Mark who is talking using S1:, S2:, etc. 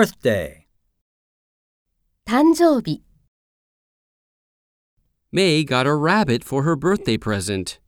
S1: birthday,
S2: 誕生日
S3: May got a rabbit for her birthday present.